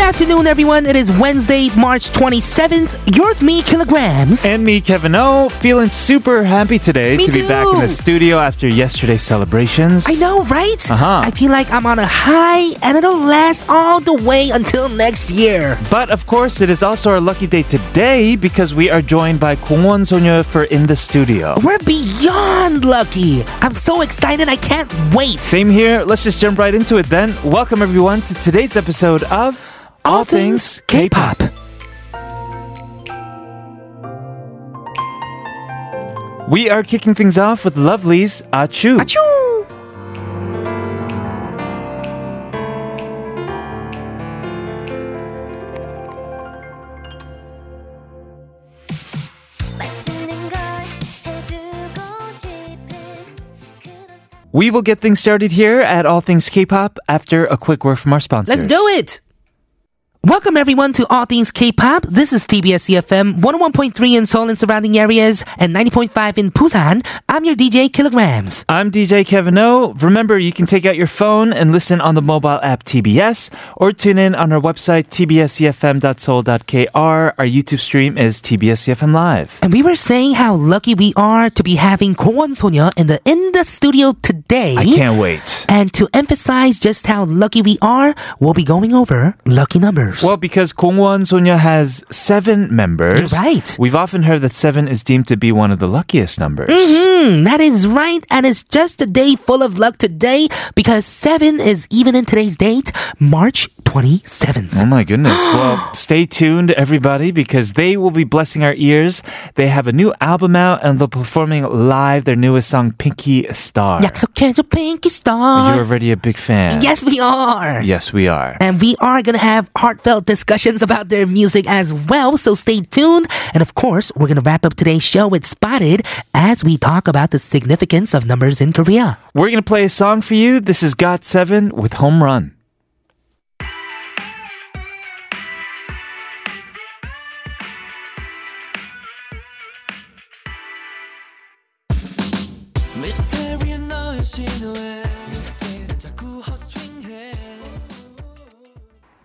afternoon, everyone. It is Wednesday, March 27th. You're with me, Kilograms. And me, Kevin O, feeling super happy today Me to be back in the too. studio after yesterday's celebrations. I know, right? Uh-huh. I feel like I'm on a high and it'll last all the way until next year. But of course, it is also our lucky day today because we are joined by Kwon Sonya for In the Studio. We're beyond lucky. I'm so excited, I can't wait. Same here. Let's just jump right into it then. Welcome, everyone, to today's episode of All Things K-Pop. We are kicking things off with Lovely's Achu. Achoo! 맛있는 걸 해주고 싶은 그런 We will get things started here at All Things K-Pop after a quick word from our sponsors. Let's do it! Welcome everyone to All Things K-Pop. This is TBS EFM 101.3 in Seoul and surrounding areas and 90.5 in Busan. I'm your DJ Kilograms. I'm DJ Kevin O. Remember, you can take out your phone and listen on the mobile app TBS or tune in on our website tbscfm.soul.kr. Our YouTube stream is tbscfm live. And we were saying how lucky we are to be having Kwon Sonya in the in the studio today. I can't wait. And to emphasize just how lucky we are, we'll be going over lucky numbers. Well, because Kongwon Sonya has seven members. You're right. We've often heard that seven is deemed to be one of the luckiest numbers. Mm, that is right, and it's just a day full of luck today because seven is even in today's date, March 27th. Oh my goodness. Well, stay tuned, everybody, because they will be blessing our ears. They have a new album out and they're performing live their newest song, Pinky Star. 약속해줘, Pinky You're Star. already a big fan. Yes, we are. Yes, we are. And we are going to have heartfelt discussions about their music as well, so stay tuned. And of course, we're going to wrap up today's show with Spotted as we talk about the significance of numbers in Korea. We're going to play a song for you. This is Got Seven with Home Run. 미스테리한 너의 신호에 미스테리한 자꾸 헛스윙해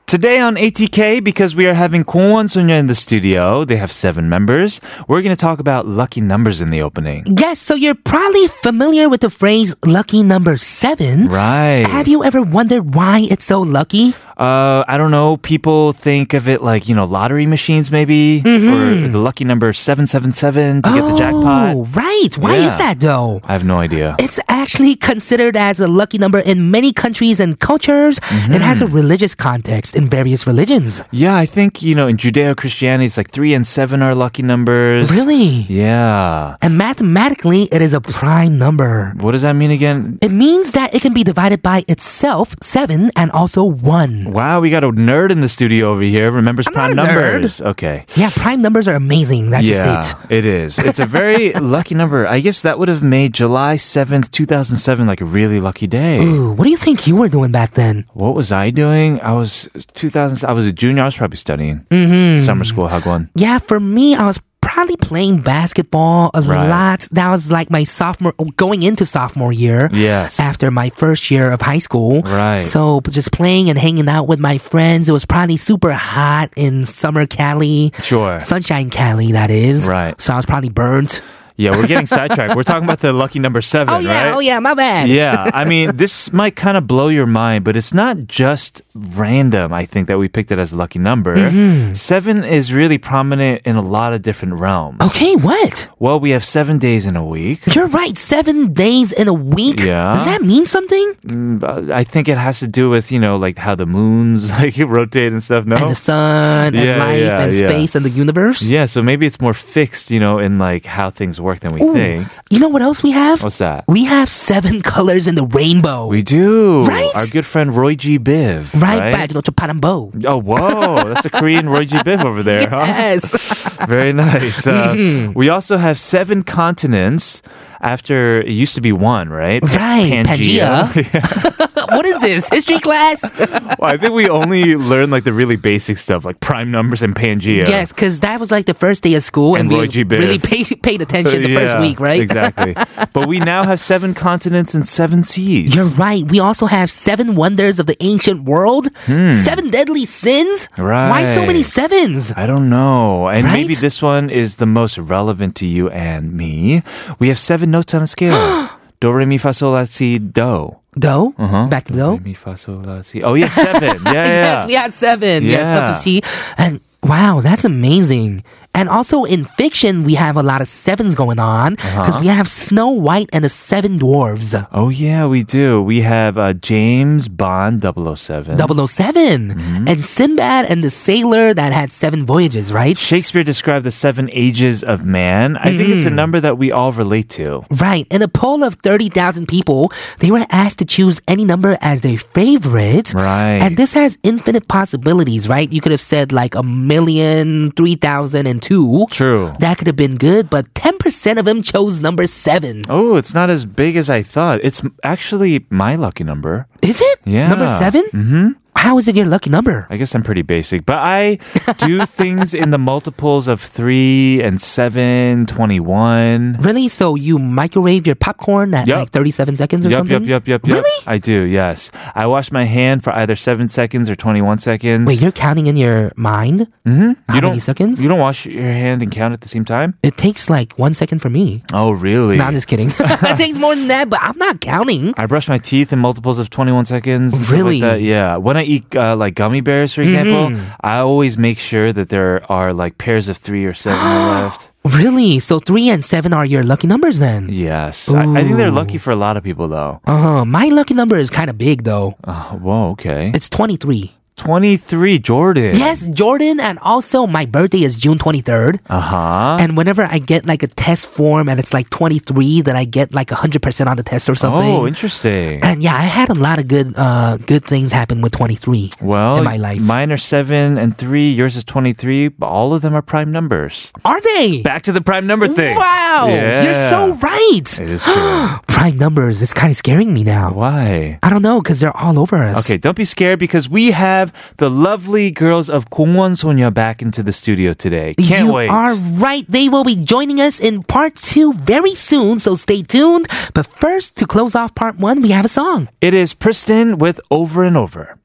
Today on ATK, because we are having Kwon Sunya in the studio, they have seven members. We're going to talk about lucky numbers in the opening. Yes, so you're probably familiar with the phrase lucky number seven. Right. Have you ever wondered why it's so lucky? Uh, I don't know. People think of it like, you know, lottery machines maybe, Mm-hmm. or the lucky number 777 to get the jackpot. Oh, right. Why Yeah. is that though? I have no idea. It's actually considered as a lucky number in many countries and cultures. Mm-hmm. It has a religious context in various religions. Yeah, I think, you know, in Judeo Christianity, it's like three and seven are lucky numbers. Really? Yeah. And mathematically, it is a prime number. What does that mean again? It means that it can be divided by itself, seven, and also one. Wow, we got a nerd in the studio over here. Remembers I'm prime not a nerd. numbers. Okay. Yeah, prime numbers are amazing. That's yeah, just it. it is. It's a very lucky number. I guess that would have made July 7th, 2007 like a really lucky day. Ooh, what do you think you were doing back then? What was I doing? I was 2000 I was a junior. I was probably studying. Mm-hmm. Summer school hagwon. Yeah, for me, I was probably playing basketball a Right. lot. That was like my sophomore, going into sophomore year. Yes. After my first year of high school. Right. So just playing and hanging out with my friends. It was probably super hot in summer Cali. Sure. Sunshine Cali, that is. Right. So I was probably burnt. Yeah, we're getting sidetracked. We're talking about the lucky number 7, Oh, yeah. right? Oh, yeah. My bad. yeah, I mean, this might kind of blow your mind, but it's not just random, I think, that we picked it as a lucky number. Mm-hmm. Seven is really prominent in a lot of different realms. Okay, what? Well, we have seven days in a week. You're right. Seven days in a week? Yeah. Does that mean something? Mm, but I think it has to do with, you know, like how the moons like rotate and stuff, no? And the sun and Yeah, life yeah, and yeah. space and the universe? yeah, so maybe it's more fixed, you know, in like how things work than we Ooh, think. You know what else we have? What's that? We have seven colors in the rainbow. We do. Right? Our good friend Roy G. Biv. right, back to Parambo. Oh, whoa. That's a Korean Roy G. Biv over there, huh? Yes. Very nice. Uh, Mm-hmm. We also have seven continents after it used to be one, right? Pa- Right, Pangea. what is this? History class? Well, I think we only learned like the really basic stuff, like prime numbers and Pangea. Yes, because that was like the first day of school, and, And Roy we G. Biv. really pay, paid attention the first Yeah, week, right? Exactly. but we now have seven continents and seven seas. You're right. We also have seven wonders of the ancient world, seven deadly sins. Why so Hmm. many Right. sevens? I don't know. And maybe Right? this one is the most relevant to you and me. We have seven notes on a scale. Do, re, mi, fa, sol, la, si, do. Though, back to Do, though. re, mi, fa, sol, la, si. Oh, yeah, seven. Yeah, Uh-huh. yeah. Oh. yes, we had seven. Yes, up to Yeah. see. And wow, that's amazing. And also in fiction, we have a lot of sevens going on Uh-huh. because we have Snow White and the Seven Dwarves. Oh, yeah, we do. We have uh, James Bond 007. 7 oh Mm-hmm. and Sinbad and the sailor that had seven voyages, right? Shakespeare described the seven ages of man. I think it's Mm-hmm. a number that we all relate to. Right. In a poll of 30,000 people, they were asked to choose any number as their favorite. Right. And this has infinite possibilities, right? You could have said like a million, three thousand, and two. True. That could have been good, but 10% of them chose number seven. Oh, it's not as big as I thought. It's m- actually my lucky number. Is it? Yeah. Number 7 Mm-hmm. How is it your lucky number? I guess I'm pretty basic, but I do things in the multiples of 3 and 7, 21. Really? So you microwave your popcorn at Yup. like 37 seconds or Yup, something? yup, yup, yup, yup. Really? I do, yes. I wash my hand for either 7 seconds or 21 seconds. Wait, you're counting in your mind? Mm-hmm. How you many don't, seconds? You don't wash your hand and count at the same time? it takes like one second for me. Oh, really? No, I'm just kidding. it takes more than that, but I'm not counting. I brush my teeth in multiples of 21 seconds. and stuff Really? Mm-hmm. Like that. Yeah. When I eat uh, like gummy bears, for example, I always make sure that there are like pairs of three or seven left. Really? So three and seven are your lucky numbers then? Yes. I, I think they're lucky for a lot of people, though. Uh, my lucky number is kind of big though. Uh, whoa, okay. It's 23. 23, Jordan. Yes, Jordan, and also my birthday is June 23rd. Uh huh. And whenever I get like a test form and it's like 23, then I get like 100% on the test or something. Oh, interesting. and yeah, I had a lot of good uh, good things happen with 23 Well, in my life. mine are seven and three. Yours is 23, but all of them are prime numbers. Are they? Back to the prime number thing. Wow! You're so Yeah. right! It is true. Prime numbers, it's kind of scaring me now. Why? I don't know, because they're all over us. Okay, don't be scared because we have the lovely girls of Gongwon Sonya back into the studio today. Can't you wait. are right. They will be joining us in part two very soon, so stay tuned. But first, to close off part one, we have a song. It is Pristin with Over and Over.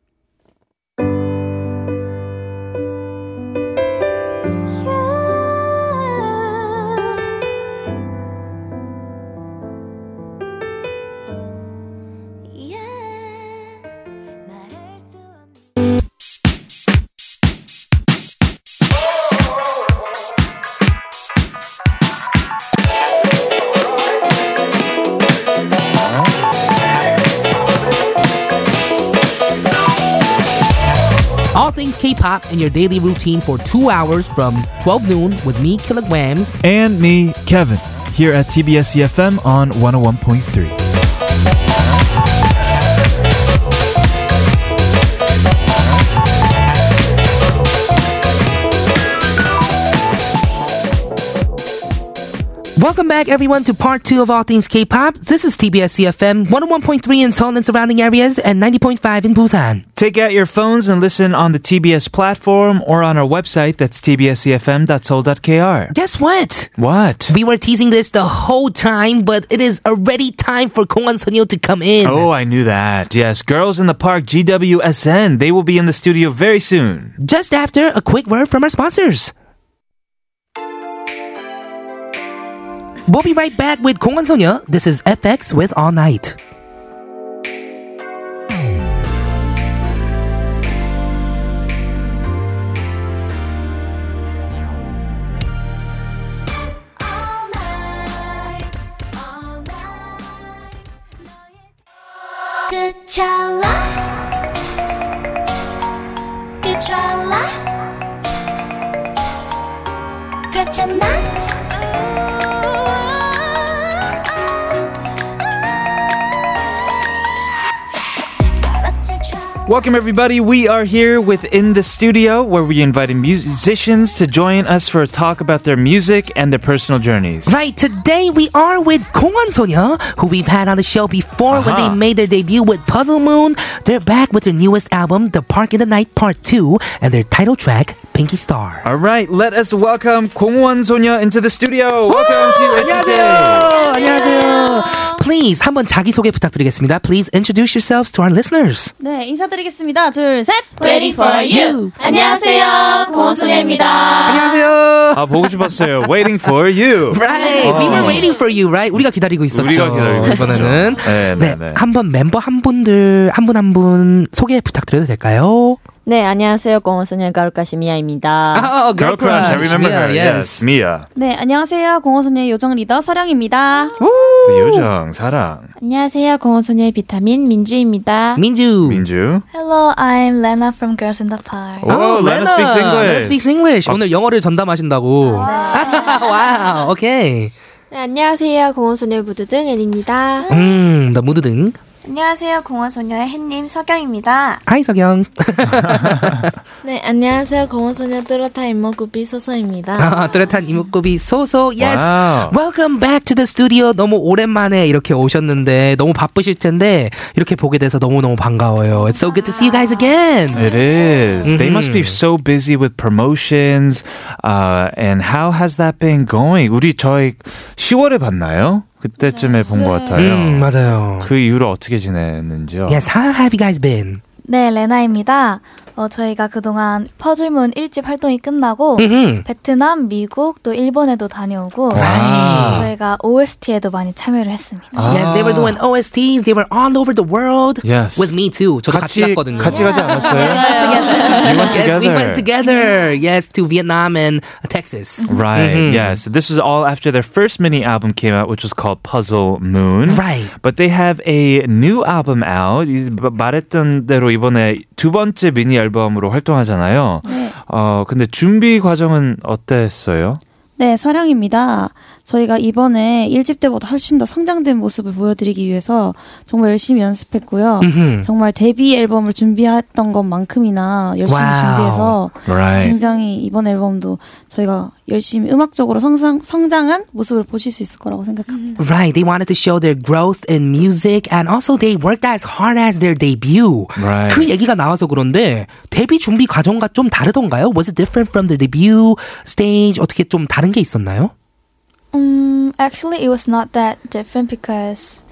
Yeah. 말할 수 없는 All things K pop in your daily routine for two hours from 12 noon with me, Kilograms. And me, Kevin, here at TBS EFM E on 101.3. Welcome back, everyone, to part two of All Things K pop. This is TBS CFM 101.3 in Seoul and surrounding areas and 90.5 in Busan. Take out your phones and listen on the TBS platform or on our website. That's E tbscfm.soul.kr. Guess what? What? We were teasing this the whole time, but it is already time for Kwon Sunyo to come in. Oh, I knew that. Yes, Girls in the Park, GWSN. They will be in the studio very soon. Just after a quick word from our sponsors. We'll be right back with Kongan Sonya. This is FX with All Night. All night, all night, 너의 끝이라 끝이라 그렇잖아 멋질 줄 알아. Welcome, everybody. We are here within the studio where we invited musicians to join us for a talk about their music and their personal journeys. Right, today we are with Kongwon Sonya, who we've had on the show before when they Uh-huh. made their debut with Puzzle Moon. They're back with their newest album, The Park in the Night Part 2, and their title track, Pinky Star. All right, let us welcome 공원 소녀 into the studio. Welcome to it today. 안녕하세요. 안녕하세요. Please, 한번 자기소개 부탁드리겠습니다. Please introduce yourselves to our listeners. 네, 인사드리겠습니다. 둘, 셋. Ready for you. 안녕하세요. 고소녀입니다. 안녕하세요. 아 보고 싶었어요. Waiting for you. Right, we were waiting for you, right? 우리가 기다리고 있었죠. Oh. 우리가 기다리고 있었죠. 이번에는 네, 네, 네, 네. 한번 멤버 한 분들 한 분 한 분 소개 부탁드려도 될까요? 네, 안녕하세요. 공원소년 가을가시 미아입니다. 아, Girl crush. I remember Yeah, her. Yes, Mia. 네, 안녕하세요. 공허소녀의 요정 리더 서령입니다. 요정 사랑 안녕하세요. 공원소녀의 비타민 민주입니다. 민주. 민주. Hello, I'm Lena from Girls in the Park. Oh, Lena speaks 아, Lena English. 아. speaks English. 오늘 영어를 전담하신다고. 와우, 오케이. 네, 안녕하세요. 공원소녀의 무드등 앤입니다. 음, 나 무드 등. 안녕하세요, 공원소녀의 햇님 서경입니다. 하이 석영. 네, 안녕하세요. 공원소녀 뚜렷한 임모구비 소소입니다. 아, 뚜렷한 이목구비 소소. Yes. 와우. Welcome back to the studio. 너무 오랜만에 이렇게 오셨는데 너무 바쁘실 텐데 이렇게 보게 돼서 너무 너무 반가워요. It's so good to see you guys again. It is. They must be Mhm. so busy with promotions. Uh, and how has that been going? 우리 저희 10월에 봤나요? 그때쯤에 본 것 같아요. 음, 맞아요. 그 이후로 어떻게 지냈는지요? Yes, how have you guys been? 네, 레나입니다. 어, 저희가 그동안 퍼즐문 1집 활동이 끝나고 음. 베트남, 미국, 또 일본에도 다녀오고 아. 와. 저희가 OST에도 많이 참여를 했습니다. 아. Yes, they were doing OSTs. They were all over the world. Yes. With me too. 저도 같이 같이, 갔거든요. 같이 가지 않았어요? you went Yes, together. we went together. Yes, to Vietnam and Texas. Right. Mhm. Yes. This is all after their first mini album came out, which was called Puzzle Moon. Right. But they have a new album out. 이- 마- 말했던 대로 이번에 두 번째 미니 앨범으로 활동하잖아요. 네. 어 근데 준비 과정은 어땠어요? 네, 서령입니다. 저희가 이번에 1집 때보다 훨씬 더 성장된 모습을 보여드리기 위해서 정말 열심히 연습했고요. 정말 데뷔 앨범을 준비했던 것만큼이나 열심히 와우. 준비해서 Right. 굉장히 이번 앨범도 저희가 열심히 음악적으로 성장, 성장한 모습을 보실 수 있을 거라고 생각합니다. Right. They wanted to show their growth in music and also they worked as hard as their debut. Right. 그 얘기가 나와서 그런데 데뷔 준비 과정과 좀 다르던가요? Was it different from the debut stage? 어떻게 좀 다른 게 있었나요? 음, actually it was not that different because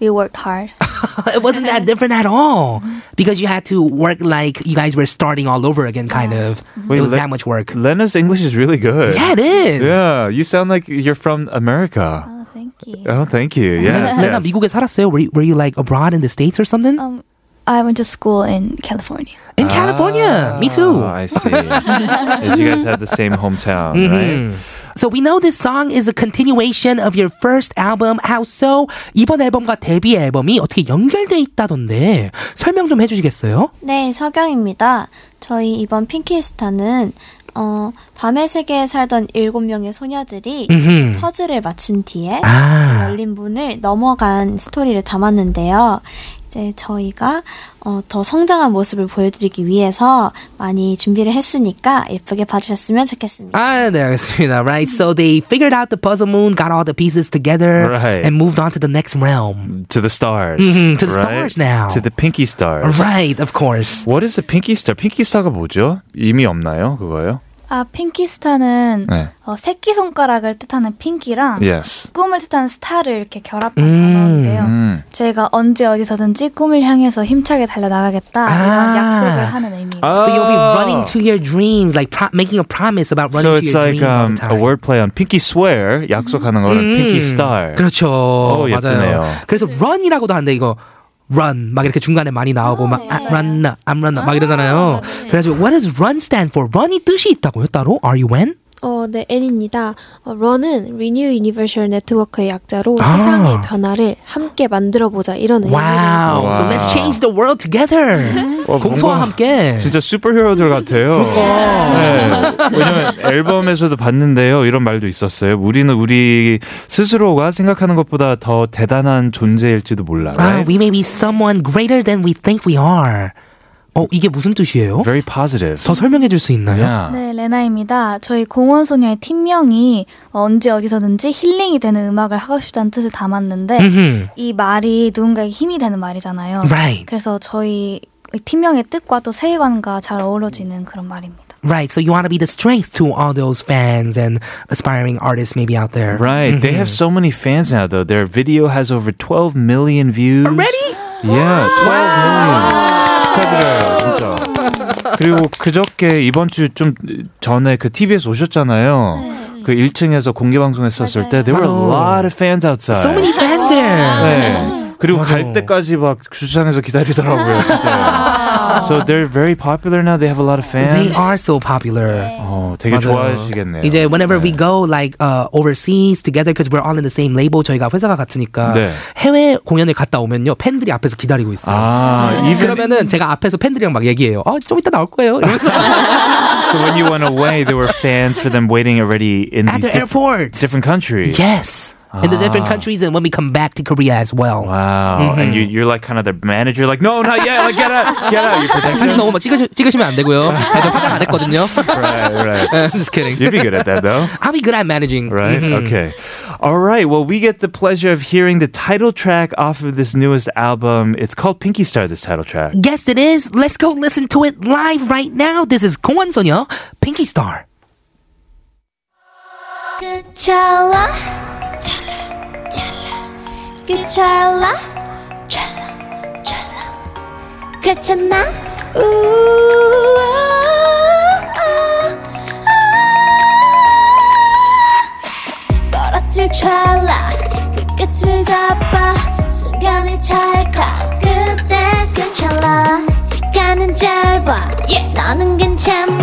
we worked hard. 아. It wasn't that different at all because you had to work like you guys were starting all over again, kind of. Wait, it was let- that much work. Lena's English is really good. 그 Yeah, it is. Yeah, you sound like you're from America. Oh, thank you. Oh, thank you. Yes. 아. Lena, yes. 미국에 살았어요? Were you, were you like abroad in the states or something? Um, I went to school in California. in California. Me too. Oh, Ah. I see. Yes, you guys had the same hometown, Mm-hmm. right? So we know this song is a continuation of your first album. How so? 이번 앨범과 데뷔 앨범이 어떻게 연결돼 있다던데 설명 좀 해주시겠어요? 네, 서경입니다. 저희 이번 핑키스타는 어, 밤의 세계에 살던 일곱 명의 소녀들이 음흠. 퍼즐을 맞춘 뒤에 아, 열린 문을 넘어간 스토리를 담았는데요. 이제 저희가 어, 더 성장한 모습을 보여드리기 위해서 많이 준비를 했으니까 예쁘게 봐주셨으면 좋겠습니다. 아, 네, 알겠습니다. Right. So they figured out the puzzle moon, got all the pieces together, Right. and moved on to the next realm. To the stars. Mhm, to the right? stars now. To the pinky stars. Right, of course. What is a pinky star? pinky star가 뭐죠? 이미 없나요? 그거요? 아, 핑키스타는 네. 어, 새끼 손가락을 뜻하는 아. 핑키랑 Yes. 꿈을 뜻하는 스타를 이렇게 결합한 음. 단어인데요. 음. 저희가 언제 어디서든지 꿈을 향해서 힘차게 달려나가겠다 아. 이런 약속을 하는 의미. Oh. So you'll be running to your dreams, like pro- making a promise about running So to it's your like dreams all the um, time. a word play on pinky swear. 약속하는 거를 pinky star. 음. 그렇죠. 오, 어, 예쁘네요. 맞아요. 그래서 run이라고도 하는데 이거 run 막 이렇게 중간에 많이 나오고 막 아, run up, I'm run up 막 이러잖아요. 네. 그래서 what does run stand for? run이 뜻이 있다고요? 따로? Are you when? 어, 네, 앤입니다. 어, 런은 Renew Universal Network의 약자로 아. 세상의 변화를 함께 만들어보자 이런 네. 의미입니다. Wow. So Wow. let's change the world together. 어, 공소와 뭔가 함께. 진짜 슈퍼히어로들 같아요. 네. 왜냐면 앨범에서도 봤는데요. 이런 말도 있었어요. 우리는 우리 스스로가 생각하는 것보다 더 대단한 존재일지도 몰라. 아, right? we may be someone greater than we think we are. 어, 이게 무슨 뜻이에요? Very positive. 더 설명해 줄 수 있나요? yeah. 네, 레나입니다. 저희 공원 소녀의 팀명이 언제 어디서든지 힐링이 되는 음악을 하고 싶다는 뜻을 담았는데 음흠. 이 말이 누군가에게 힘이 되는 말이잖아요. Right. 그래서 저희 팀명의 뜻과 또 세계관과 잘 어우러지는 그런 말입니다. Right. So you want to be the strength to all those fans and aspiring artists maybe out there. Right. They have 음. so many fans now, though. Their video has over 12 million views. Already? Yeah, 12 million. 축하드려요, 진짜. 그리고 그저께 이번 주 좀 전에 그 TV에서 오셨잖아요. 그 1층에서 공개 방송했었을 때 there were a 네. 맞아요. lot of fans outside. So many fans there. 네. 그리고 갈 맞아요. 때까지 막 주차장에서 기다리더라고요. 아. 진짜. so they're very popular now. They have a lot of fans. They are so popular. 어, 되게 맞아요. 좋아하시겠네요. 이제 whenever we go like uh, overseas together because we're all in the same label 저희가 회사가 같으니까 네. 해외 공연을 갔다 오면요 팬들이 앞에서 기다리고 있어요. 네. 아, even 그러면은 제가 앞에서 팬들이랑 막 얘기해요. 어좀 이따 나올 거예요. 이러면서 So when you went away, there were fans for them waiting already in at these the diff- airport. different countries. Yes. In the different Ah. countries and when we come back to Korea as well. Wow. And you, you're like kind of their manager, like, no, not yet. Like, get out. Get out. You protect 사진 them. 너무 막 찍으시, 찍으시면 안 되고요. 저도 화장 안 했거든요. Right, right. Just kidding. You'd be good at that, though. I'll be good at managing. Mm-hmm. Right? Okay. All right. Well, we get the pleasure of hearing the title track off of this newest album. It's called Pinky Star, this title track. Yes, it is. Let's go listen to it live right now. This is 공원 소녀 Pinky Star. 찰라 찰라 찰라 그 찰라 찰라 찰라 그렇잖아 아, 떨어질 찰나 그 끝을 잡아 순간의 찰칵 그때 그 찰나 시간은 짧아 너는 괜찮아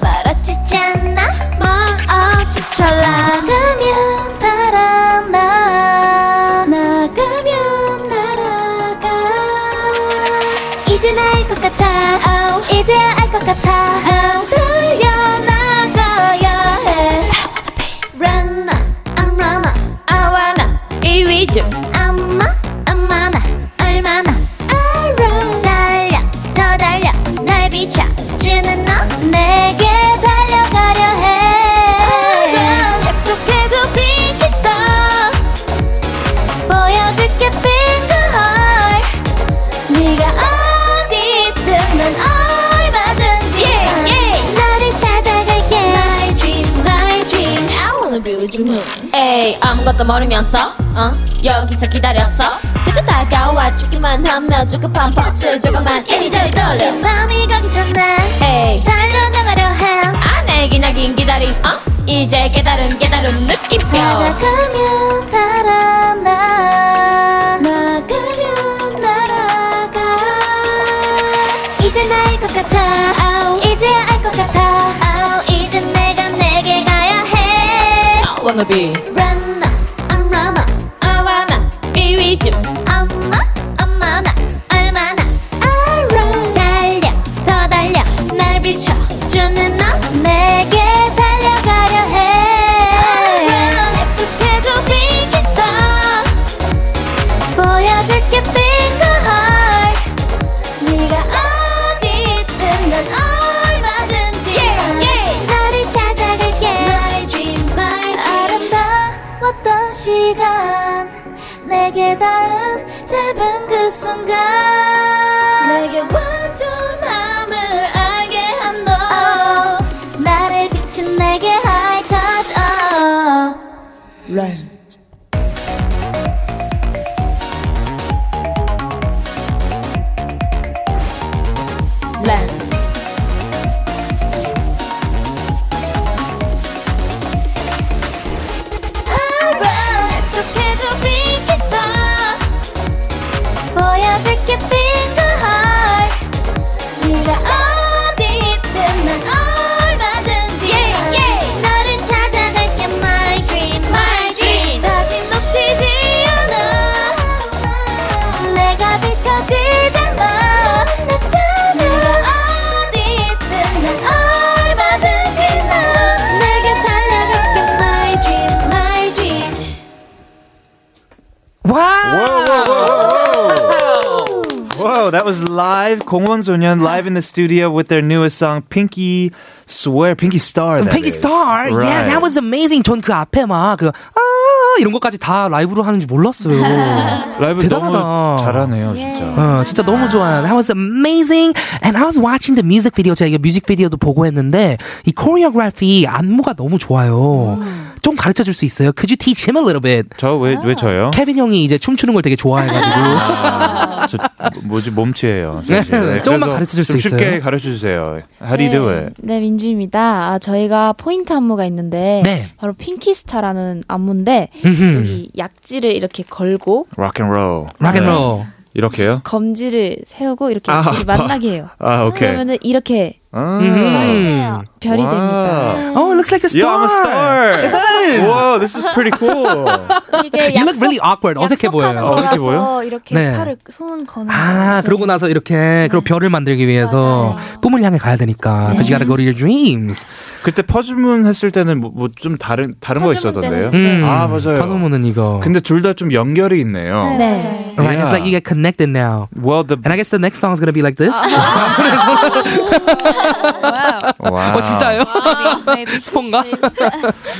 멀어지지 않아 멀어질 찰나 나가면 달아나 나가면 날아가 이젠 알것 같아 oh. 이제야 알 것 같아 oh. 달려나가야 해 Run up, I'm run up, I wanna 이 위주 엄마, 엄마나 얼마나 알아 달려, 더 달려 날 비춰주는 너 내게 달려가려 해 약속해줘 Pinky Star 보여줄게 Finger Heart 네가 어디든 난 얼마든지 너를 찾아갈게 My dream, my dream I wanna be with you 에이 아무것도 모르면서 어? 여기서 기다렸어 그저 다가와주기만 하며 조급한 버스를 조금만 이리저리 돌렸어 밤이 가기 전에 에이 달려나가려 해 안에 기나긴 기다림 어? 이제 깨달은 깨달은 느낌표 나가면 달아나 나가면 날아가 이제 나일 것 같아 oh. 이제야 알 것 같아 oh. 이제 내가 내게 가야 해 I wanna be Run up, I'm run up I wanna be with you 엄마 엄마나 얼마나 알아 달려 더 달려 날 비춰주는 너 내게 달려가려 해 약속해줘 Pinky Star 보여줄게 Finger Heart 네가 어디든 난 얼마든지 너를 찾아갈게 My dream, my dream 아름다웠던 시간 내게 닿은 짧은 그 순간 내게 완전함을 알게 한너 나를 비춘 내게 high touch oh. 아, 약속해줘 Pinky Star 보여줄게 Finger Heart 네가 어디든 난 얼마든지 너를 찾아갈게 My Dream My Dream go. That was live. Kongwon Sonyeon live in the studio with their newest song, Pinky Swear, Pinky Star. that Pinky is. Star. Yeah, that was amazing. 전 그 앞에 막그 아, 이런 것까지 다 라이브로 하는지 몰랐어요. 라이브 너무 대단하다. 잘하네요, 진짜. 어, 진짜 너무 좋아요. That was amazing. And I was watching the music video. 제가 이거 뮤직 비디오도 보고 했는데 이 choreography 안무가 너무 좋아요. 음. 좀 가르쳐 줄 수 있어요? Could you teach him a little bit? 저 왜 왜 어? 저요? 케빈 형이 이제 춤추는 걸 되게 좋아해가지고 아, 저 뭐지 몸치예요. 사실. 네, 네, 조금만 그래서 가르쳐줄 좀 수 쉽게 있어요? 가르쳐 주세요. How do you do it? 네, 민주입니다. 아, 저희가 포인트 안무가 있는데 네. 바로 핑키스타라는 안무인데 여기 약지를 이렇게 걸고 Rock and roll. 락 네. 앤 롤. 이렇게요? 검지를 세우고 이렇게 아, 둘이 만나게 해요. 아, 오케이. 그러면은 이렇게 아. 음. 별이 와. 됩니다. 네. 음. Oh, it looks like a Yeah, I'm star. a star. It is. Whoa, this is pretty cool. 이게 You look really awkward. 어색해 약속하는 보여요. 거. 어색해 거라서 보여? 이렇게 네. 팔을 손 거는 아, 거죠. 그러고 나서 이렇게 네. 그리고 별을 만들기 위해서 꿈을 향해 가야 되니까. Because you gotta go to your dreams. 그때 퍼즐문 했을 때는 뭐 좀 다른 다른 거 퍼즐문 때는 있었던데요. 음. 아 맞아요. 파소문은 이거. 근데 둘 다 좀 연결이 있네요. 네. Right, Yeah. it's like you get connected now. Well, the And I guess the next song is gonna be like this. wow. 어 진짜요? 스폰가?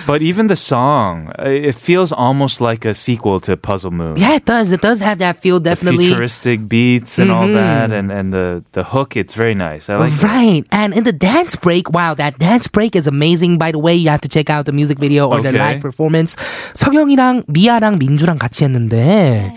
But even the song, uh, it feels almost like a sequel to Puzzle Moon. Yeah, it does. It does have that feel, The definitely. Mm-hmm. futuristic beats and all that, and, and the, the hook, it's very nice. I like that. Right. And in the dance break, wow, that dance break is amazing. By the way, you have to check out the music video or the Okay. live performance. 석영이랑 미아랑 민주랑 같이 네. 했는데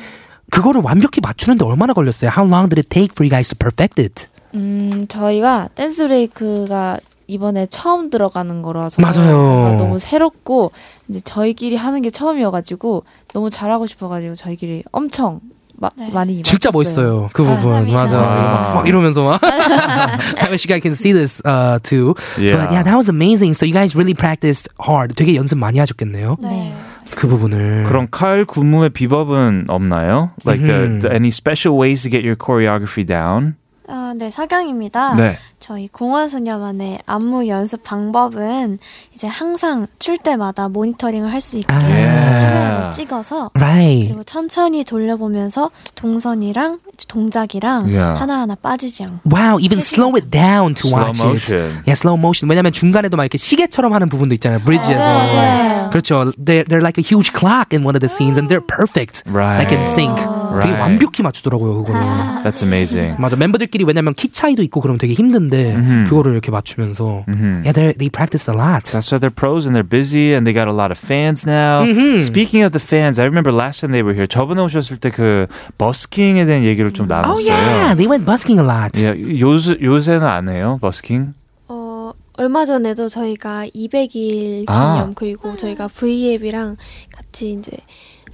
그거를 완벽히 맞추는데 얼마나 걸렸어요? How long did it take for you guys to perfect it? 음, 저희가 댄스 브레이크가 이번에 처음 들어가는 거라서 맞아요. 뭔가 너무 새롭고 이제 저희끼리 하는 게 처음이어가지고 너무 잘하고 싶어가지고 저희끼리 엄청 마, 네. 많이 진짜 맞췄어요. 멋있어요. 그 부분. 맞아. 아. 막 이러면서 막. I wish you guys can see this uh, too. Yeah. But yeah, that was amazing. So you guys really practiced hard. 되게 연습 많이 하셨겠네요. 네. 그 부분을. 그럼 칼 군무의 비법은 없나요? Like Mm-hmm. the, the, any special ways to get your choreography down? 아, 네, 사경입니다. 네. 저희 공원소녀만의 안무 연습 방법은 이제 항상 출 때마다 모니터링을 할 수 있게 아. 카메라로 찍어서 Right. 그리고 천천히 돌려보면서 동선이랑 동작이랑 Yeah. 하나하나 빠지지 않고 Wow, even slow it down to Slow watch motion. it. Yeah, slow motion. 왜냐면 중간에도 막 이렇게 시계처럼 하는 부분도 있잖아요. Bridge에서. 그렇죠. They're, they're like a huge clock in one of the scenes and they're perfect. Right. Like in sync. 되게 Right. 완벽히 맞추더라고요, 그거는. That's amazing. 맞아. 멤버들끼리 왜냐면 키 차이도 있고 그러면 되게 힘든데 그거를 이렇게 맞추면서 yeah, they they practiced a lot. Mm-hmm. That's why they're pros and they're busy and they got a lot of fans now. Mm-hmm. Speaking of the fans, I remember last time they were here. 저번에 오셨을 때 그 버스킹에 대한 얘기를 좀 나눴어요. Oh yeah, they went busking a lot. 예, 요새 요새는 안 해요 버스킹. 어, 얼마 전에도 저희가 200일 기념 아. 그리고 저희가 V앱이랑 같이 이제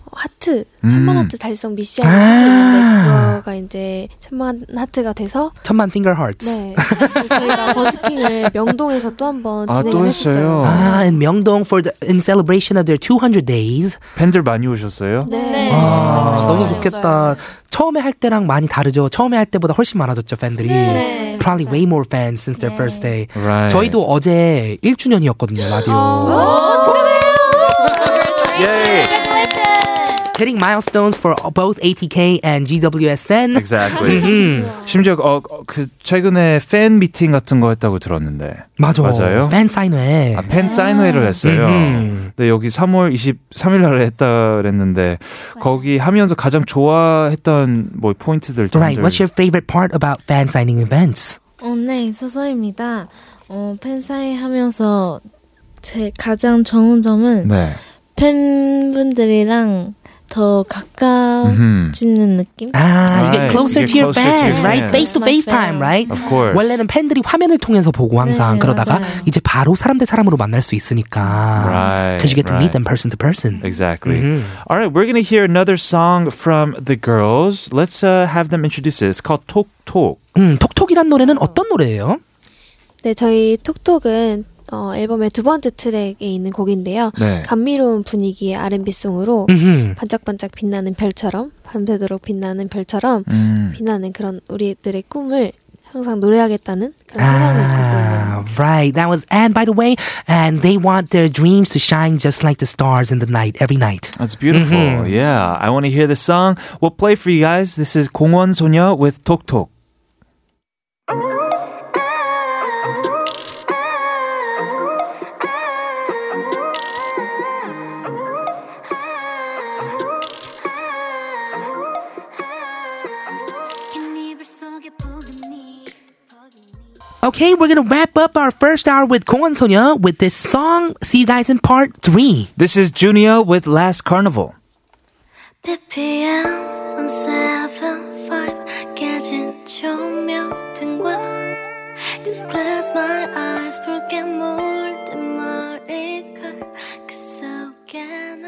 어, 하트 천만 음. 하트 달성 미션 하트 있는데 그거가 이제 천만 하트가 돼서 천만 finger hearts. 네 그래서 저희가 버스킹을 명동에서 또 한 번 아, 또 진행을 했어요? 했었어요. 아, in Myeongdong for the in celebration of their 200 days. 팬들 많이 오셨어요? 네. 아, 정말 너무 재밌었어요. 좋겠다. 처음에 할 때랑 많이 다르죠. 처음에 할 때보다 훨씬 많아졌죠, 팬들이. Probably way more fans since their first day. Right. 저희도 어제 1주년이었거든요, 라디오. 어, 예. Hitting milestones for both ATK and GWSN. Exactly. 심지어 어, 어, 그 최근에 팬 미팅 같은 거 했다고 들었는데. 맞아. 맞아요? 팬 사인회. 아, 팬 사인회를 했어요. 네. 음흠. 근데 여기 3월 23일 날에 했다 그랬는데 거기 하면서 가장 좋아했던 뭐 포인트들 좀 Right. 들- What's your favorite part about fan signing events? 어, 네, 서서입니다. 어, 팬사인 하면서 제 가장 좋은 점은 네. 팬분들이랑 더 음흠. 가까워지는 느낌? 아, you Right. get closer You get to closer to your your fans, right? fans. Face to face time, right? Of course. 원래는 팬들이 화면을 통해서 보고 항상 네, 그러다가 맞아요. 이제 바로 사람 대 사람으로 만날 수 있으니까. Right, Because you get to meet right. them person to person. Exactly. All right, we're gonna hear another song from the girls. Let's uh, have them introduce it. It's called Tok Tok. 음, 톡톡이란 노래는 어떤 노래예요? 네 저희 톡톡은 어, 앨범의 두 번째 트랙에 있는 곡인데요. 네. 감미로운 분위기의 R&B 송으로 음흠. 반짝반짝 빛나는 별처럼 밤새도록 빛나는 별처럼 빛나는 그런 우리들의 꿈을 항상 노래하겠다는 그런 어, 소망을 담고 있는 아, right. That was and by the way, and they want their dreams to shine just like the stars in the night every night. That's beautiful. Yeah. I want to hear the song. We'll play for you guys. This is 공원 소녀 with Tok Tok. Okay, we're gonna wrap up our first hour with Koan Sonya with this song. See you guys in part three. This is Junio with Last Carnival. BPM 175 깨진 조명 등과 Just close my eyes 붉게 물든 머리끝 그 속에 나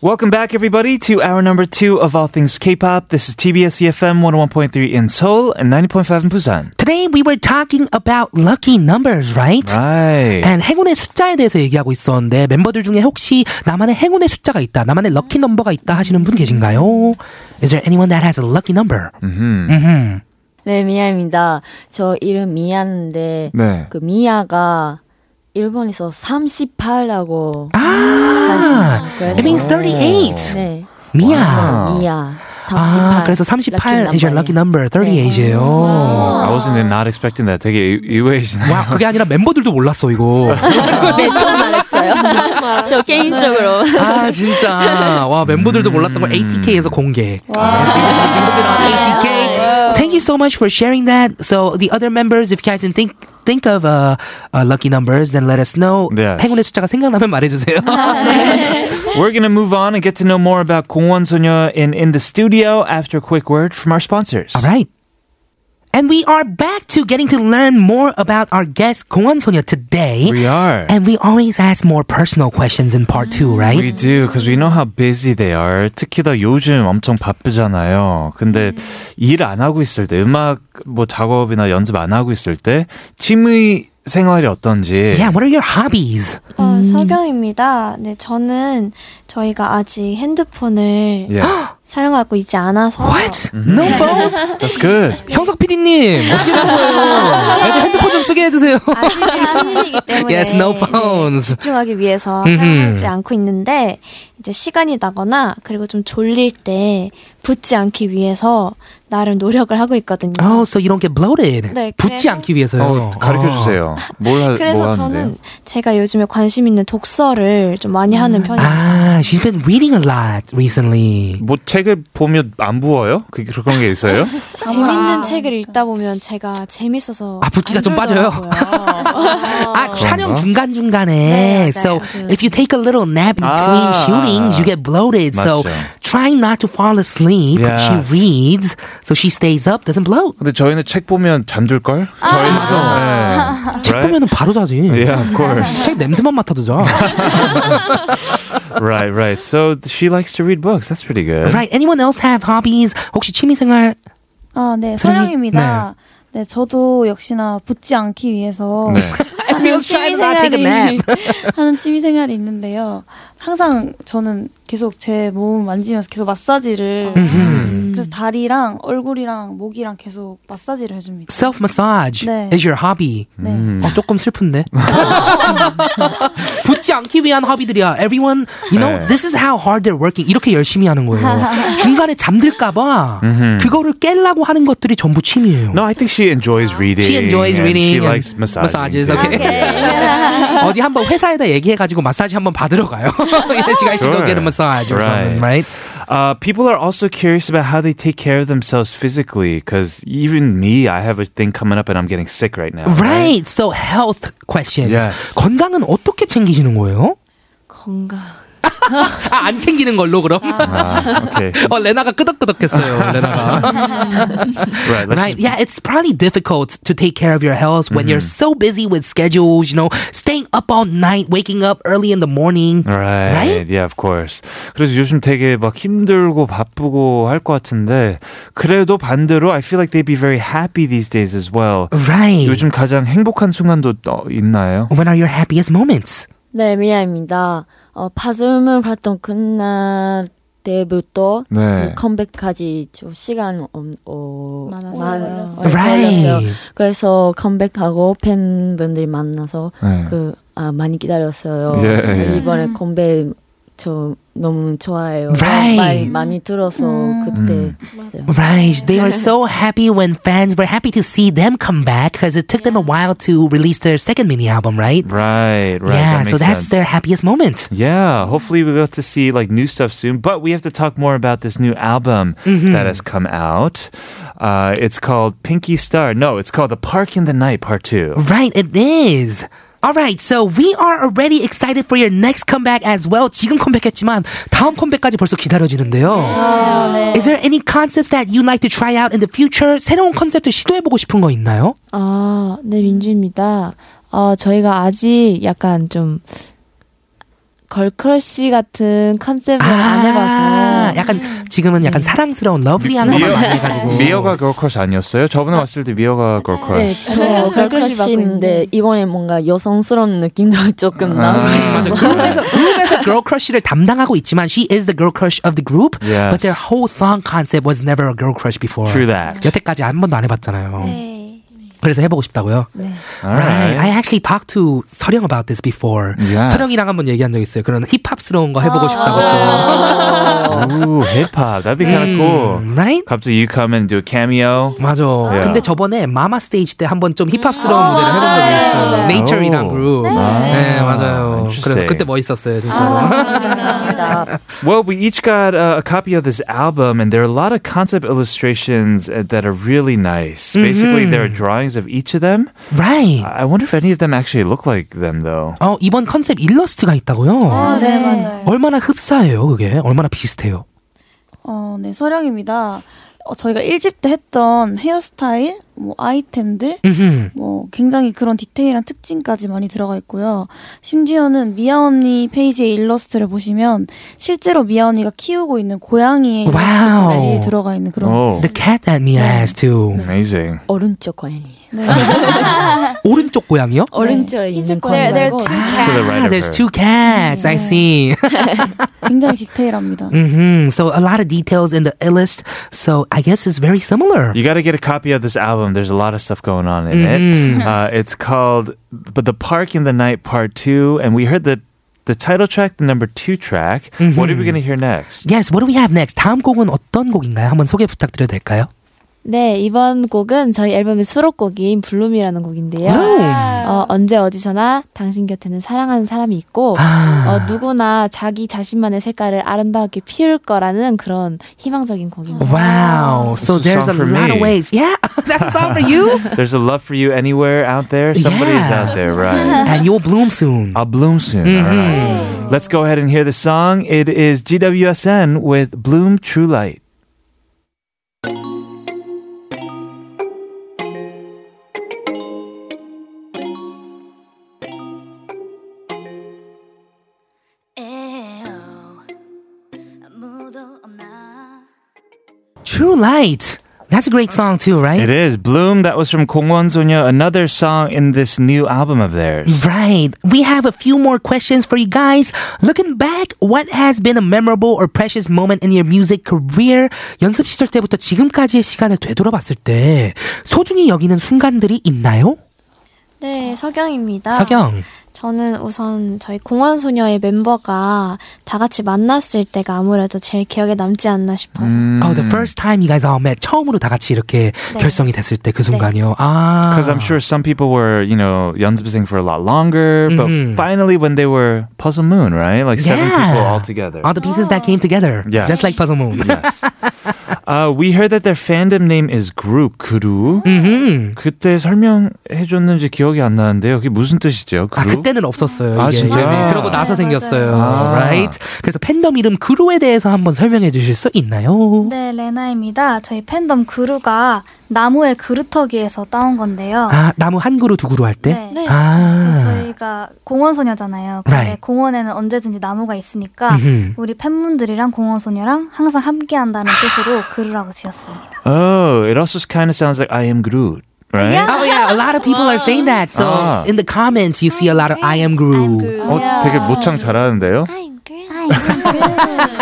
Welcome back, everybody, to hour number two of All Things K-pop. This is TBS EFM 101.3 in Seoul and 90.5 in Busan. Today we were talking about lucky numbers, right? Right. And 행운의 숫자에 대해서 얘기하고 있었는데 멤버들 중에 혹시 나만의 행운의 숫자가 있다, 나만의 lucky number가 있다 하시는 분 계신가요? Is there anyone that has a lucky number? 음. 음. 네, 미아입니다. 저 이름 미아인데 네. 그 미아가 일본에서 38라고 아, it It means 38. 네. 미아. 미아. 38. 아, 그래서 38 is your lucky 네. number, 38이에요. Oh, I wasn't not expecting that. 되게 의외이시네요. 와, 그게 아니라 멤버들도 몰랐어, 이거. 네, 처음 알았어요. 저 개인적으로. 아, 진짜. 와, 멤버들도 몰랐던 걸 ATK에서 공개. ATK. Thank you so much for sharing that. So the other members, if you guys can think think of uh, uh, lucky numbers, then let us know. Yes. 행운의 숫자가 생각나면 말해주세요. We're going to move on and get to know more about 공원 소녀 in, in the studio after a quick word from our sponsors. All right. And we are back to getting to learn more about our guest Kwon Sonya today. We are. And we always ask more personal questions in part two, right? We do, because we know how busy they are. 특히 나 요즘 엄청 바쁘잖아요. 근데 일 안 하고 있을 때, 음악 뭐 작업이나 연습 안 하고 있을 때, 취미 생활이 어떤지. Yeah, what are your hobbies? 어, 음. 서경입니다. 네, 저는 저희가 아직 핸드폰을 Yeah. 사용하고 있지 않아서 No Mm-hmm. phones? That's good. 형석 PD님, 어떻게 된 거예요? 애들 핸드폰 좀 쓰게 해주세요. 네. 아직은 신인이기 때문에 Yes, no phones. 집중하기 위해서 음흠. 사용하지 않고 있는데 이제 시간이 나거나 그리고 좀 졸릴 때 붙지 않기 위해서 나름 노력을 하고 있거든요. Oh, so you don't get bloated. 네, 붙지 그래서- 않기 위해서요. 어, 가르쳐 주세요. 뭘 하, 그래서 뭐 저는 하는데요? 제가 요즘에 관심 있는 독서를 좀 많이 하는 편이에요. Ah, she's been reading a lot recently. 뭐 책을 보면 안 부어요? 그 그런 게 있어요? 재밌는 책을 읽다 보면 제가 재밌어서 아, 붓기가 좀 빠져요. 아, 촬영 중간 네, 중간에. So if you take a little nap in between 아. shootings, you get bloated. So 맞죠. trying not to fall asleep, but she Yes. reads, so she stays up, doesn't bloat. 근데 저희는 책 보면 잠들 걸? 저희는 좀. 네. 아. 책 Right? 보면은 바로 자지. Yeah, of course. 책 냄새만 맡아도 자. Right, right. So she likes to read books. That's pretty good. Right. Anyone else have hobbies? 혹시 취미생활? 아, 네, 사랑이- 서령입니다. 네. 저도 역시나 붙지 않기 위해서 네. 하는 feels trying to not take a 취미생활이- nap. 하는 취미 생활이 있는데요. 항상 저는 계속 제 몸 만지면서 계속 마사지를 음. 음. 그래서 다리랑 얼굴이랑 목이랑 계속 마사지를 해줍니다. Self massage 네. is your hobby. 네. 음. 음. 어, 조금 슬픈데. 붙지 않기 위한 허비들이야. Everyone, you know, 네. this is how hard they're working. 이렇게 열심히 하는 거예요. 중간에 잠들까봐 음흠. 그거를 깨려고 하는 것들이 전부 취미예요. No, I think she enjoys reading. She enjoys and reading. She and likes massaging. massages. too. Okay. 아. 어디 한번 회사에다 얘기해가지고 마사지 한번 받으러 가요. Yes, you guys should go Sure. get a massage or Right. something, right? Uh, people are also curious about how they take care of themselves physically because even me, I have a thing coming up and I'm getting sick right now. Right. So health questions. Yes. 건강은 어떻게 챙기시는 거예요? 건강. 아, 안 챙기는 걸로 그럼. 오케이. 어, 레나가 끄덕끄덕했어요. 레나가. Right. Let's right. Yeah, it's probably difficult to take care of your health when you're Mm-hmm. so busy with schedules, you know, staying up all night, waking up early in the morning. Right. Yeah, of course. 그래서 요즘 되게 막 힘들고 바쁘고 할 것 같은데 그래도 반대로 I feel like they'd be very happy these days as well. Right. 요즘 가장 행복한 순간도 또 있나요? When are your happiest moments? 네, 미아입니다. 어, 파zul문 활동 끝날 때부터 네. 그 컴백까지 좀 시간 어, 어, 많았어요. Right. 그래서 컴백하고 팬분들 만나서 네. 그 아, 많이 기다렸어요. 예, 예. 이번에 컴백 저 너무 좋아해요. Right. 음. 많이, 많이 들어서 그때 Right. They were so happy when fans were happy to see them come back because it took them a while to release their second mini album, right? Right, right. yeah, that so makes that's sense. their happiest moment. Yeah, hopefully we get to see like new stuff soon. But we have to talk more about this new album Mm-hmm. that has come out. Uh, it's called Pinky Star. No, it's called The Park in the Night Part Two. Right, it is. All right, so we are already excited for your next comeback as well. 지금 컴백했지만 다음 컴백까지 벌써 기다려지는데요. Is there any concepts that you'd like to try out in the future? 새로운 컨셉을 시도해보고 싶은 거 있나요? 아, 네, 민주입니다. 어, 저희가 아직 약간 좀 걸크러쉬 같은 컨셉을 아. 안 해봐서. 약간 지금은 약간 사랑스러운 러블리한 것만 많이 해가지고. 미어가 걸크러쉬 아니었어요? 저번에 왔을 때 미어가 네, 걸크러쉬. 저 걸크러쉬 맡고 걸크러쉬인데 이번에 뭔가 여성스러운 느낌도 조금 나고 맞아. 그룹에서 그룹에서 girl crush를 담당하고 있지만 she is the girl crush of the group. Yes. But their whole song concept was never a girl crush before. True that. 여태까지 한 번도 안 해봤잖아요. 네. 네, 그래서 해보고 싶다고요. Right. I Alright. actually talked to 서령 about this before. Yeah. 서령이랑 한번 얘기한 적 있어요. 그런 힙합스러운 거 해보고 싶다고. Ooh, hip hop. That'd be kind of 음. cool. 음, Right? 갑자기 you come and do a cameo. 맞아. Yeah. 근데 저번에 마마 스테이지 때 한번 좀 힙합스러운 무대를 해본 적이 있어요. 네이처이랑 아, Oh. 그룹. 네, 맞아요. 그래서 Interesting. 그때 멋있었어요, 진짜로. Well, we each got uh, a copy of this album, and there are a lot of concept illustrations uh, that are really nice. Basically, there are drawings of each of them. Right. I I wonder if any of them actually look like them, though. 어, 이번 컨셉 일러스트가 있다고요? 네, 맞아요. 얼마나 흡사해요, 그게? 얼마나 비슷해요? 어, 네, 서령입니다. 어, 저희가 1집 때 했던 헤어스타일, 뭐 아이템들, 음흠. 뭐 굉장히 그런 디테일한 특징까지 많이 들어가 있고요. 심지어는 미아 언니 페이지의 일러스트를 보시면 실제로 미아 언니가 키우고 있는 고양이의 와우. 일러스트까지 들어가 있는 그런 Oh, The cat that Mia has too. amazing. 오른쪽 고양이. 네. 오른쪽 고양이요? 오른쪽에 있는 네, 고양이 there 말고 are two To the right Ah, of there's her. two cats. I see. 굉장히 디테일합니다. hmm So a lot of details in the list. So I guess it's very similar. You got to get a copy of this album. There's a lot of stuff going on in Mm-hmm. it. Uh, it's called "But the Park in the Night Part 2, and we heard the the title track, the number two track. What are we going to hear next? Yes. What do we have next? 다음 곡은 어떤 곡인가요? 한번 소개 부탁드려도 될까요? 네, 이번 곡은 저희 앨범의 수록곡인 블룸이라는 곡인데요. 네. 어, 언제 어디서나 당신 곁에는 사랑하는 사람이 있고, 어, 누구나 자기 자신만의 색깔을 아름답게 피울 거라는 그런 희망적인 곡입니다. Wow. It's a So there's song a for lot me. of ways. Yeah, that's a song for you. There's a love for you anywhere out there. Somebody's Yeah. out there, right? and you'll bloom soon. I'll bloom soon. Mm-hmm. All right. Let's go ahead and hear the song. It is GWSN with Bloom True Light. 아무도 없나 True Light. That's a great song too, right? It is Bloom. That was from Kongwon Sonya, another song in this new album of theirs. Right. We have a few more questions for you guys. Looking back, what has been a memorable or precious moment in your music career? 연습 시절 때부터 지금까지의 시간을 되돌아봤을 때 소중히 여기는 순간들이 있나요? 네, 서경입니다. 석영. 저는 우선 저희 공원 소녀의 멤버가 다 같이 만났을 때가 아무래도 제일 기억에 남지 않나 싶어요. Mm. Oh, 음. the first time you guys all met. 처음으로 다 같이 이렇게 네. 결성이 됐을 때 그 순간이요. 아. Because I'm sure some people were, you know, 연습생 for a lot longer, but finally when they were Puzzle Moon, right? Like seven Yeah. people all together. All the pieces that came together. Yes. Just like Puzzle Moon. yes. Uh, we heard that their fandom name is Gru, 그루. Mm. 그때 설명해줬는지 기억이 안 나는데요. 그게 무슨 뜻이죠? 그루? 아, 그때는 없었어요. 아, 이게. 진짜요? 네, 그러고 나서 생겼어요. 아. Right? 그래서 팬덤 이름 그루에 대해서 한번 설명해 주실 수 있나요? 네, 레나입니다. 저희 팬덤 그루가 나무의 그루터기에서 따온 건데요. 아, 나무 한 그루 두 그루 할 때? 네. 아. 저희가 공원 소녀잖아요. 근데 Right. 공원에는 언제든지 나무가 있으니까 음흠. 우리 팬분들이랑 공원 소녀랑 항상 함께한다는 뜻으로 그루라고 지었습니다. Oh, it also kind of sounds like I am Groot, right? Oh yeah, a lot of people are saying that. So Ah. in the comments, you see a lot of I am Gru. 어, 되게 모창 잘하는데요.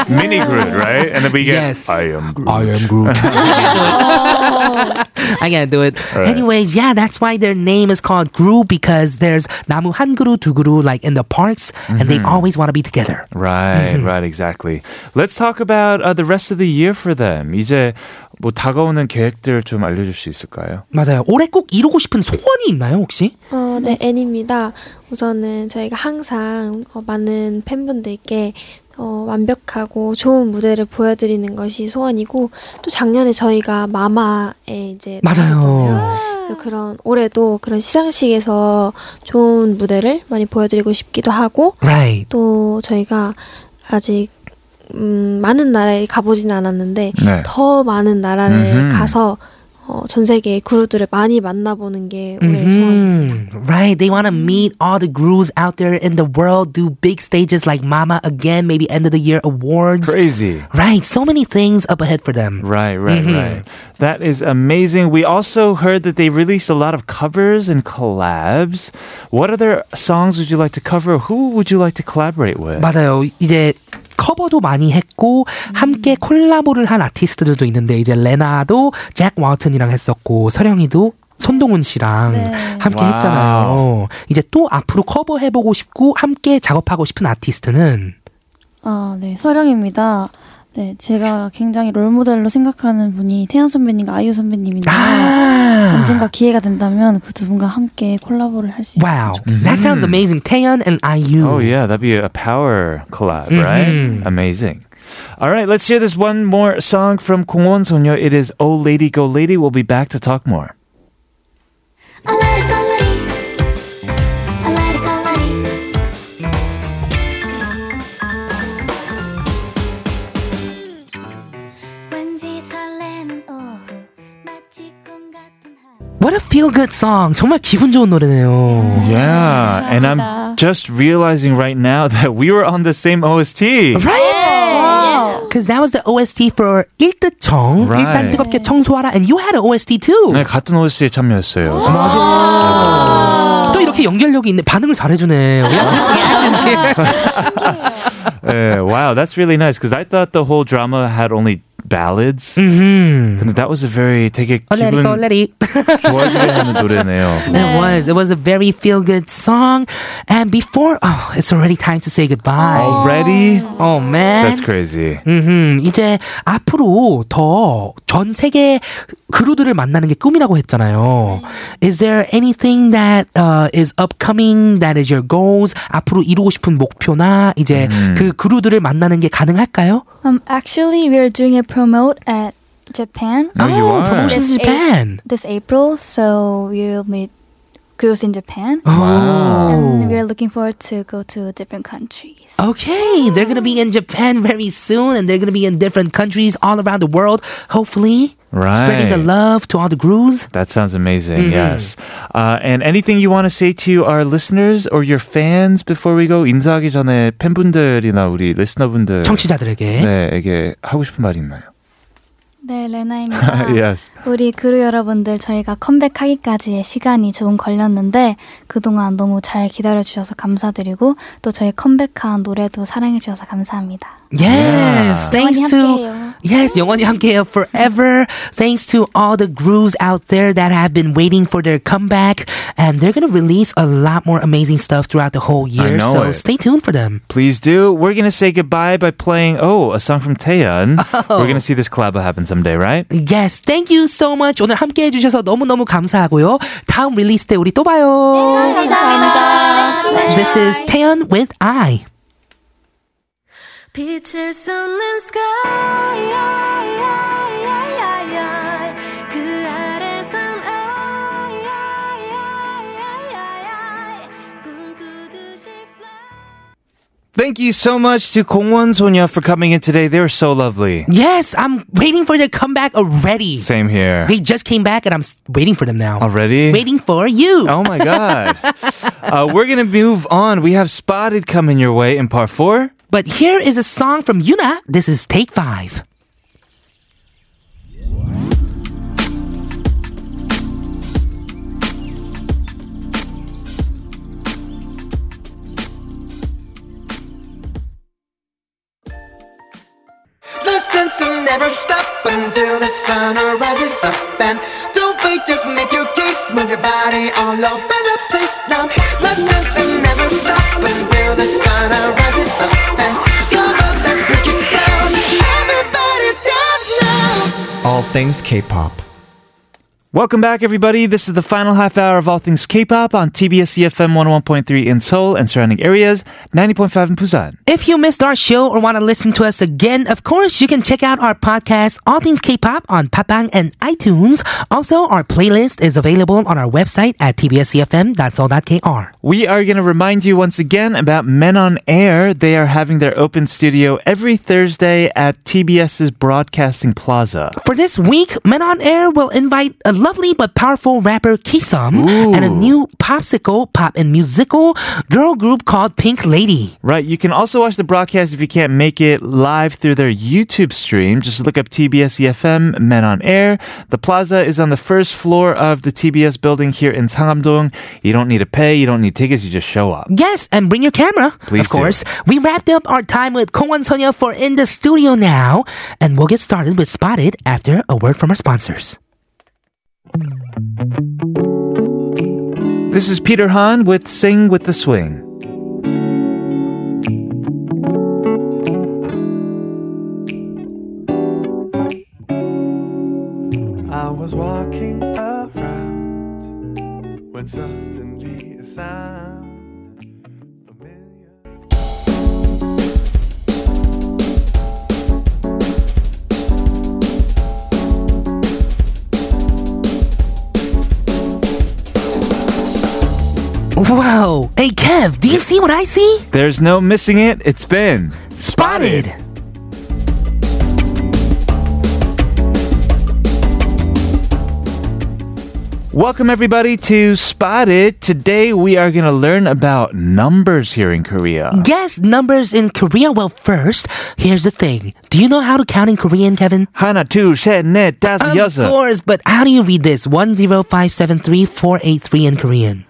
Mini Groot, right? And then we get I am Groot. I am Groot. Oh. I can't do it. Anyways, yeah, that's why their name is called Gru because there's 나무 한 그루 두 그루 like in the parks, and they Mhm. always want to be together. Right, right, exactly. Let's talk about uh, the rest of the year for them. 이제 뭐 다가오는 계획들 좀 알려줄 수 있을까요? 맞아요. 올해 꼭 이루고 싶은 소원이 있나요, 혹시? 어, 네, 앤입니다. 우선은 저희가 항상 어, 많은 팬분들께 어, 완벽하고 좋은 무대를 보여드리는 것이 소원이고 또 작년에 저희가 마마에 이제 맞아요. 그래서 그런 올해도 그런 시상식에서 좋은 무대를 많이 보여드리고 싶기도 하고 Right. 또 저희가 아직 음, 많은 나라에 가보진 않았는데 네. 더 많은 나라를 음흠. 가서 어, 전 세계의 그루들을 많이 만나보는 게 올해의 네, 소원입니다. Mhm. Right. They want to meet all the grooves out there in the world, do big stages like Mama again, maybe end of the year awards. Crazy. Right. So many things up ahead for them. Right, right, Mhm. right. That is amazing. We also heard that they released a lot of covers and collabs. What other songs would you like to cover? Who would you like to collaborate with? 맞아요. 이제 커버도 많이 했고 함께 콜라보를 한 아티스트들도 있는데 이제 레나도 잭 와우튼이랑 했었고 서령이도 손동훈 씨랑 네. 함께 와우. 했잖아요. 이제 또 앞으로 커버해보고 싶고 함께 작업하고 싶은 아티스트는 아, 네. 서령입니다. 네, 제가 굉장히 롤모델로 생각하는 분이 태연 선배님과 아이유 선배님인데 아. 언젠가 기회가 된다면 그 두 분과 함께 콜라보를 할 수 있을 Wow, that sounds amazing. Taeyeon and IU. Mm. Oh yeah, that'd be a power collab, Mhm. right? Amazing. All right, let's hear this one more song from Kongwon Sonyo. It is "Oh Lady Go Lady." We'll be back to talk more. 왠지 설레는 오후 마치 꿈 같아 What a feel good song. 정말 기분 좋은 노래네요. Yeah, and I'm just realizing right now that we were on the same OST. Right? Because that was the OST for 일뜻청. Right. 일단 뜨겁게 청소하라. And you had an OST too. 네, 같은 OST에 참여했어요. 또 이렇게 연결력이 있네. 반응을 잘해주네. Yeah, wow, that's really nice because I thought the whole drama had only ballads. 근데 that was a very 되게 Oh, let it 기분 go, let it. 좋아지게 하는 노래네요. It was. It was a very feel good song. And before, oh, it's already time to say goodbye. Already? Oh, man. That's crazy. 음흠, 이제 앞으로 더 전 세계 그루들을 만나는 게 꿈이라고 했잖아요. Is there anything that uh, is upcoming that is your goals? 앞으로 이루고 싶은 목표나 이제 그 그루들을 만나는 게 가능할까요? Um, actually, we are doing a promote at Japan. Oh, you Oh, are. promotions in This Japan. A- this April, so we will meet girls in Japan. Wow. And we are looking forward to go to different countries. Oh. Okay, they're gonna be in Japan very soon, and they're gonna be in different countries all around the world. Hopefully, spreading the Right. love to all the grooves. That sounds amazing. Mhm. Yes. Uh, and anything you want to say to our listeners or your fans before we go 인사하기 전에 팬분들이나 우리 리스너분들 청취자들에게. 네, 에게 하고 싶은 말 있나요? 네, 레나입니다. yes. 우리 그루 여러분들 저희가 컴백하기까지의 시간이 조금 걸렸는데 그동안 너무 잘 기다려주셔서 감사드리고 또 저희 컴백한 노래도 사랑해주셔서 감사합니다. Yes, Yeah. thanks 영원히 to yes, 영원히 함께해요 forever. Thanks to all the grooves out there that have been waiting for their comeback, and they're gonna release a lot more amazing stuff throughout the whole year. know so it. stay tuned for them. Please do. We're going to say goodbye by playing, oh, a song from Taeyeon. We're going to see this collab happen someday, right? Yes, thank you so much. 오늘 함께 해주셔서 너무너무 감사하고요. 다음 릴리스 때 우리 또 봐요. This is Taeyeon with I. 빛을 쏟는 sky Thank you so much to Kongwon Sonia for coming in today. They're so lovely. Yes, I'm waiting for their comeback already. Same here. They just came back and I'm s- waiting for them now. Already? Waiting for you. Oh my god. uh, we're going to move on. We have Spotted coming your way in part 4. But here is a song from Yuna. This is Take 5. The sunset never stop until the sun rises up and don't wait, just make your case, move your body all over the place now. The sunset never stop until the sun rises up and come on, let's break it down. Everybody dance now. All things K-pop. Welcome back, everybody. This is the final half hour of All Things K-pop on TBS EFM 101.3 in Seoul and surrounding areas, 90.5 in Busan. If you missed our show or want to listen to us again, of course, you can check out our podcast, All Things K-Pop, on Papang and iTunes. Also, our playlist is available on our website at tbscfm.soul.kr. We are going to remind you once again about Men on Air. They are having their open studio every Thursday at TBS's Broadcasting Plaza. For this week, Men on Air will invite a lovely but powerful rapper Kisum and a new popsicle pop and musical girl group called Pink Lady. Right, you can also watch the broadcast if you can't make it live through their YouTube stream. Just look up TBS EFM E Men on Air. The plaza is on the first floor of the TBS building here in Sangamdong. You don't need to pay, you don't need tickets, you just show up. Yes, and bring your camera. Please of course. We wrapped up our time with Kongwon Sonya for In the Studio now, and we'll get started with Spotted after a word from our sponsors. This is Peter Hahn with Sing with the Swing. I was walking around when suddenly a sound. Whoa! Hey, Kev, do you see what I see? There's no missing it, it's been Spotted! Welcome, everybody, to Spotted. Today, we are going to learn about numbers here in Korea. Yes, numbers in Korea. Well, first, here's the thing. Do you know how to count in Korean, Kevin? 하나, 둘, 셋, 넷, 다섯, Of 여섯. course, but how do you read this? 10573 in Korean.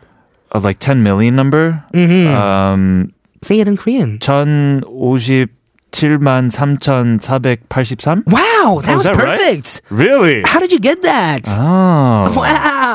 Of like 10 million number? Mm. Um, Say it in Korean. 1057만 3483? Wow, that Oh, was is that right? perfect. Really? How did you get that? Oh. Wow.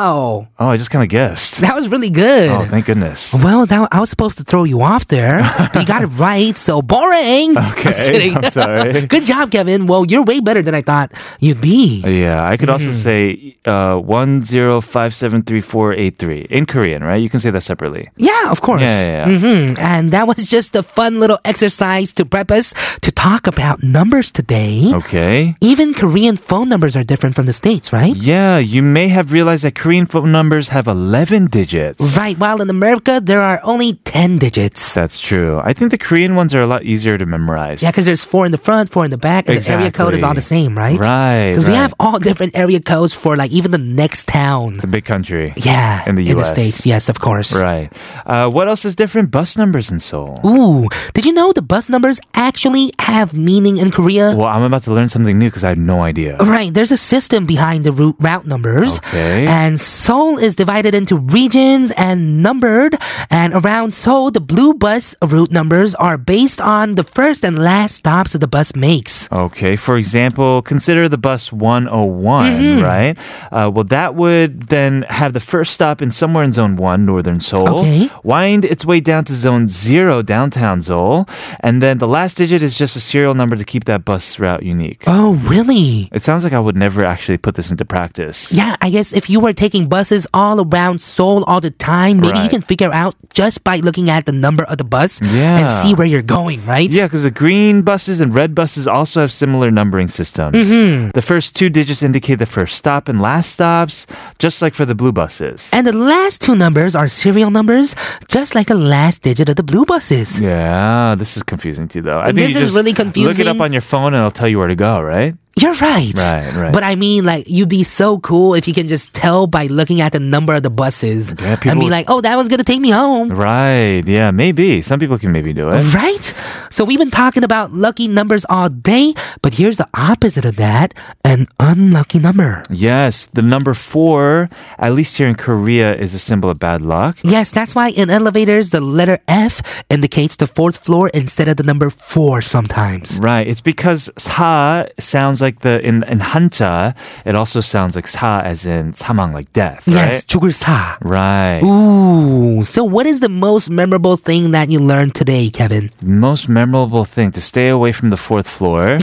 Oh, I just kind of guessed. That was really good. Oh, thank goodness. Well, that, I was supposed to throw you off there. but you got it right, so boring. Okay, I'm, just Okay, kidding. I'm sorry. good job, Kevin. Well, you're way better than I thought you'd be. Yeah, I could also Mhm. say uh, 105738483 in Korean, right? You can say that separately. Yeah, of course. Yeah, yeah, yeah. hmm And that was just a fun little exercise to prep us to talk about numbers today. Oh. Okay. Even Korean phone numbers are different from the States, right? Yeah, you may have realized that Korean phone numbers have 11 digits. Right, while in America, there are only 10 digits. That's true. I think the Korean ones are a lot easier to memorize. Yeah, because there's four in the front, four in the back, and the area code is all the Exactly. same, right? Right, Because we right. have all different area codes for like even the next town. It's a big country. Yeah, In the in the US. States, yes, of course. Right. Uh, what else is different? Bus numbers in Seoul. Ooh, did you know the bus numbers actually have meaning in Korea? Well, I'm about to learn something new because I had no idea. Right, there's a system behind the route route numbers. Okay. And Seoul is divided into regions and numbered. And around Seoul, the blue bus route numbers are based on the first and last stops that the bus makes. Okay, for example, consider the bus 101, Mhm. right? Uh, well, that would then have the first stop in somewhere in Zone 1, Northern Seoul, Okay. wind its way down to Zone 0, Downtown Seoul, and then the last digit it's just a serial number to keep that bus route unique. Oh, really? It sounds like I would never actually put this into practice. Yeah, I guess if you were taking buses all around Seoul all the time, maybe you Right. can figure out just by looking at the number of the bus and see where you're going, right? Yeah, because the green buses and red buses also have similar numbering systems. Mhm. The first two digits indicate the first stop and last stops, just like for the blue buses. And the last two numbers are serial numbers, just like the last digit of the blue buses. Yeah, this is confusing too, though. I think This you is just really Look it confusing. up on your phone, and it'll tell you where to go. Right? You're right. Right, right. But I mean, like, you'd be so cool if you can just tell by looking at the number of the buses Yeah, and people be would- like, oh, that one's going to take me home. Right. Yeah, maybe. Some people can maybe do it. Right? So we've been talking about lucky numbers all day, but here's the opposite of that an unlucky number. Yes, the number four, at least here in Korea, is a symbol of bad luck. Yes, that's why in elevators, the letter F indicates the fourth floor instead of the number four sometimes. Right. It's because sa sounds like the in in Hanja, it also sounds like sa as in samang like death. Right? Yes, 죽을 사. Right. Ooh. So, what is the most memorable thing that you learned today, Kevin? Most memorable thing to stay away from the fourth floor.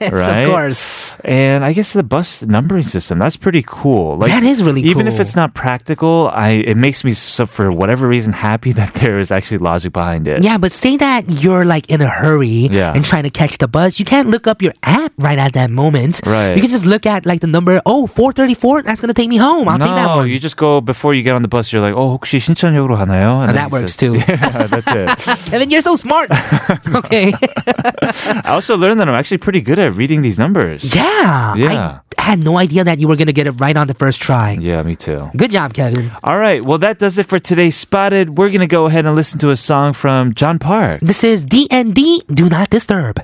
Yes, right? of course. And I guess the bus numbering system, that's pretty cool. Like That is really Even if cool. it's not practical, I it makes me so, for whatever reason happy that there is actually logic behind it. Yeah, but say that you're like in a hurry Yeah. and trying to catch the bus. You can't look up your app right at that moment. Right. You can just look at like the number, oh, 434, that's going to take me home. I'll no, take that one. you just go before you get on the bus. You're like, oh, 혹시 신천역으로 하나요? Oh, And that then works you too. say- Yeah, that's it. Kevin, you're so smart. okay. I also learned that I'm actually pretty good at reading these numbers. Yeah. Yeah. I had no idea that you were going to get it right on the first try. Yeah, me too. Good job, Kevin. All right. Well, that does it for today. Spotted. We're gonna go ahead and listen to a song from John Park. This is DND Do Not Disturb.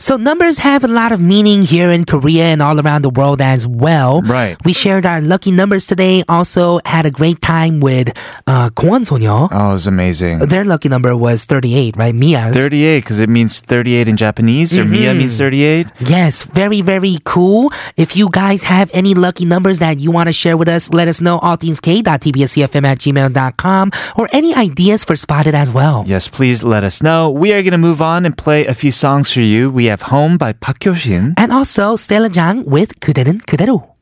So numbers have a lot of meaning here in Korea and all around the world as well. Right. We shared our lucky numbers today. Also had a great time with uh, Kwon Sonyo. Oh, it was amazing. Their lucky number was 38, right? Mia's. 38, because it means 38 in Japanese, or Mia Mhm. means 38. Yes, very, very cool. If you guys have any lucky numbers that you want to share with us, let us know. All things K.tbscfm at gmail.com or any ideas for Spotted as well. Yes, please let us know. We are gonna move on and play a few songs for you. We have Home by Park Hyo-shin. And also, Stella Jang with 그대는 그대로.